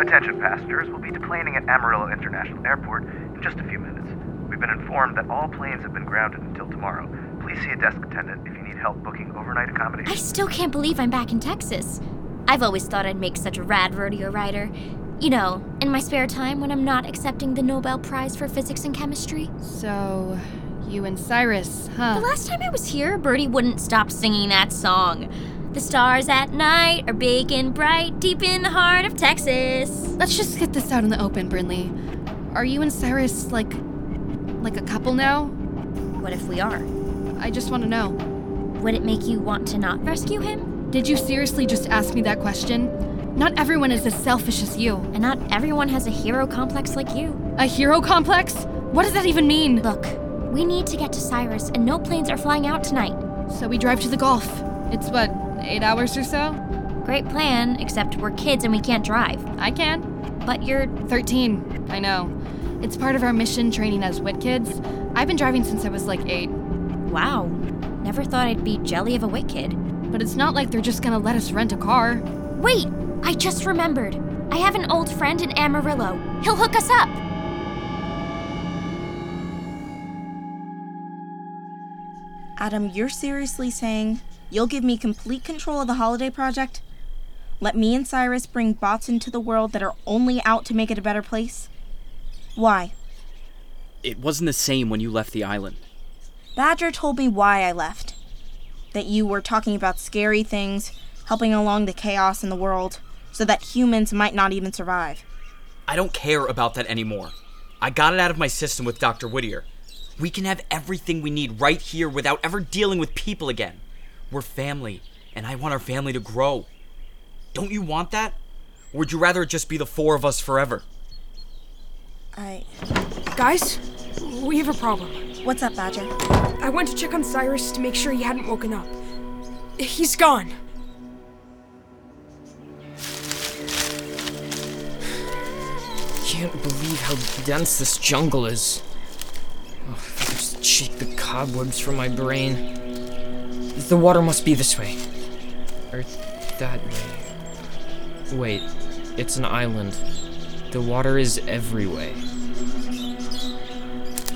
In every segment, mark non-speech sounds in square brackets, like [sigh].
Attention passengers, we'll be deplaning at Amarillo International Airport in just a few minutes. We've been informed that all planes have been grounded until tomorrow. Please see a desk attendant if you need help booking overnight I accommodations. still can't believe I'm back in Texas. I've always thought I'd make such a rad rodeo rider. You know, in my spare time when I'm not accepting the Nobel Prize for Physics and Chemistry. So, you and Cyrus, The huh? last time I was here, Birdie wouldn't stop singing that song. The stars at night are big and bright deep in the heart of Texas. Let's just get this out in the open, Brinley. Are you and Cyrus like like a couple now? What if we are? I just want to know. Would it make you want to not rescue him? Did you seriously just ask me that question? Not everyone is as selfish as you. And not everyone has a hero complex like you. A hero complex? What does that even mean? Look, we need to get to Cyrus, and no planes are flying out tonight. So we drive to the Gulf. It's what, 8 hours or so? Great plan, except we're kids and we can't drive. I can. But you're 13. I know. It's part of our mission training as wit kids. I've been driving since I was like 8, Wow. Never thought I'd be jelly of a wit kid. but it's not like they're just going to let us rent a car. Wait! I just remembered. I have an old friend in Amarillo. He'll hook us up. Adam, you're seriously saying you'll give me complete control of the holiday project? Let me and Cyrus bring bots into the world that are only out to make it a better place? Why? It wasn't the same when you left the island. Badger told me why I left. That you were talking about scary things, helping along the chaos in the world, so that humans might not even survive. I don't care about that anymore. I got it out of my system with Dr. Whittier. We can have everything we need right here without ever dealing with people again. We're family, and I want our family to grow. Don't you want that? Or would you rather it just be the four of us forever? I. Guys, we have a problem. What's up, Badger? I went to check on Cyrus to make sure he hadn't woken up. He's gone. Can't believe how dense this jungle is. Oh, if I could just shake the cobwebs from my brain. The water must be this way. Or that way. Wait, it's an island. The water is every way.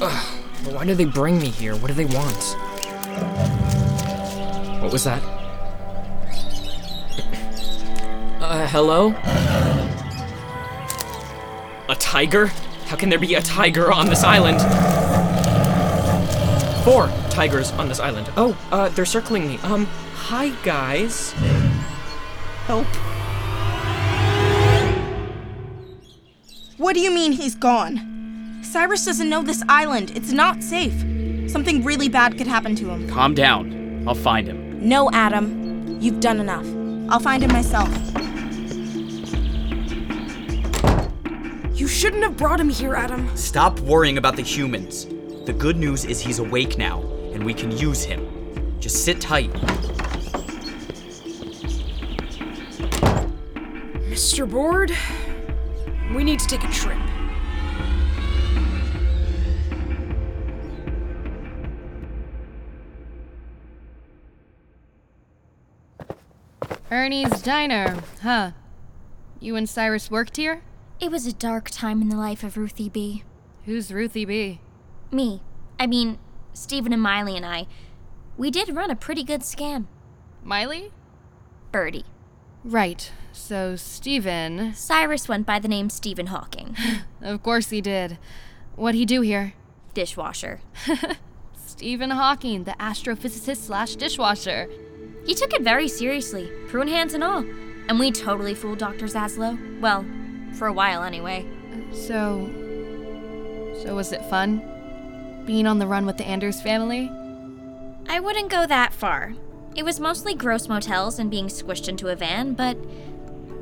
Ugh, but why do they bring me here? What do they want? What was that? [clears throat] Uh, hello? A tiger? How can there be a tiger on this island? Four tigers on this island. Oh, uh, they're circling me. Um, hi guys. Help. What do you mean he's gone? Cyrus doesn't know this island. It's not safe. Something really bad could happen to him. Calm down. I'll find him. No, Adam. You've done enough. I'll find him myself. You shouldn't have brought him here, Adam. Stop worrying about the humans. The good news is he's awake now, and we can use him. Just sit tight. Mr. Board, we need to take a trip. Ernie's Diner, huh? You and Cyrus worked here? It was a dark time in the life of Ruthie B. Who's Ruthie B? Me. I mean, Stephen and Miley and I. We did run a pretty good scam. Miley? Birdie. Right. So, Stephen. Cyrus went by the name Stephen Hawking. [laughs] of course he did. What'd he do here? Dishwasher. Stephen Hawking, the astrophysicist slash dishwasher. He took it very seriously, prune hands and all. And we totally fooled Dr. Zaslow. Well, for a while anyway. So. So, was it fun? Being on the run with the Anders family? I wouldn't go that far. It was mostly gross motels and being squished into a van, but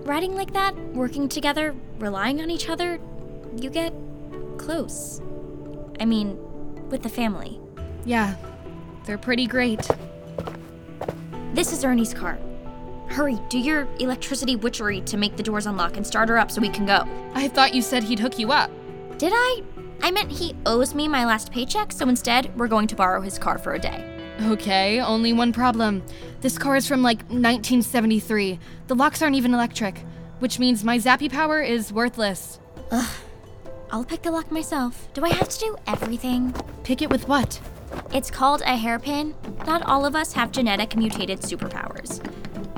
riding like that, working together, relying on each other, you get close. I mean, with the family. Yeah, they're pretty great. This is Ernie's car. Hurry, do your electricity witchery to make the doors unlock and start her up so we can go. I thought you said he'd hook you up. Did I? I meant he owes me my last paycheck, so instead, we're going to borrow his car for a day. Okay, only one problem. This car is from like 1973. The locks aren't even electric, which means my zappy power is worthless. Ugh. I'll pick the lock myself. Do I have to do everything? Pick it with what? It's called a hairpin. Not all of us have genetic mutated superpowers.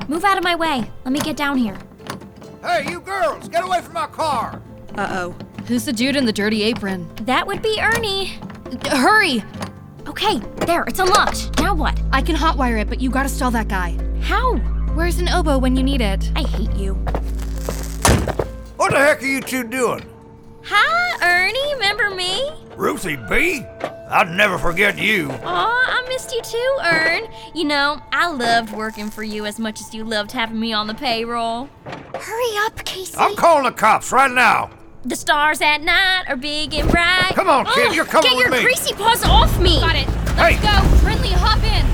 Move out of my way. Let me get down here. Hey, you girls, get away from my car! Uh oh. Who's the dude in the dirty apron? That would be Ernie. D- hurry! Okay, there, it's unlocked. Now what? I can hotwire it, but you gotta stall that guy. How? Where's an oboe when you need it? I hate you. What the heck are you two doing? Hi, Ernie, remember me? Ruthie B? I'd never forget you. Aw, I missed you too, Ern. You know, I loved working for you as much as you loved having me on the payroll. Hurry up, Casey. I'm calling the cops right now. The stars at night are big and bright. Come on, kid, Ugh, you're coming Get with your me. greasy paws off me. Got it. Let's Hey. go. Friendly, hop in.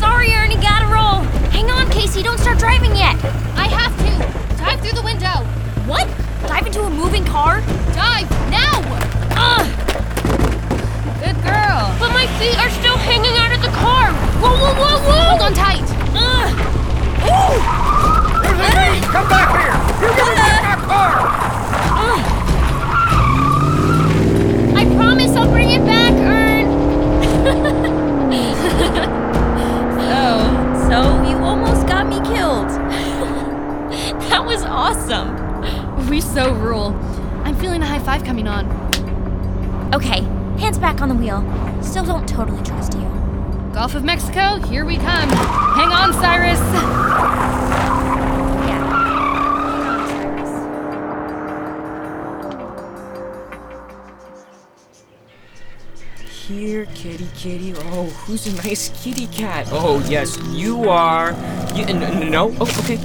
Sorry, Ernie, gotta roll. Hang on, Casey, don't start driving yet. I have to. Dive through the window. What? Dive into a moving car? Dive now. Ugh, Good girl. but my feet are still hanging out of the car. Whoa, whoa, whoa, whoa. Hold on tight. Ugh. Ruthie B, come back here. You're giving back my car. Ugh. I promise I'll bring it back, Ern. Oh. [laughs] So you almost got me killed. [laughs] that was awesome. We so rule. I'm feeling a high five coming on. Okay, hands back on the wheel. Still don't totally trust you. Gulf of Mexico, here we come. Hang on, Cyrus. Yeah. Here, kitty, kitty. Oh, who's a nice kitty cat? Oh, yes, you are. You, n- n- no. Oh, okay.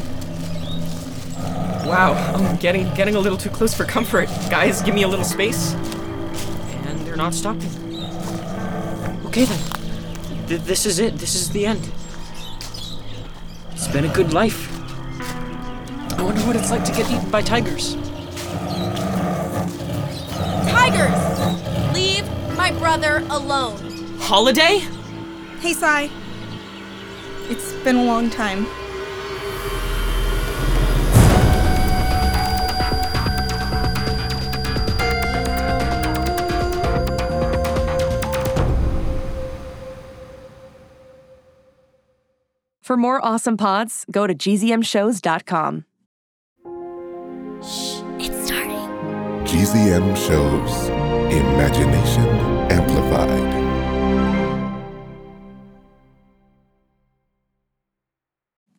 Wow, I'm getting getting a little too close for comfort. Guys, give me a little space. And they're not stopping. Okay then. Th- this is it. This is the end. It's been a good life. I wonder what it's like to get eaten by tigers. Tigers! Leave my brother alone. Holiday? Hey, Sai. It's been a long time. For more awesome pods, go to gzmshows.com. It's starting. GZM shows Imagination Amplified.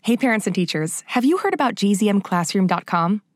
Hey, parents and teachers, have you heard about gzmclassroom.com?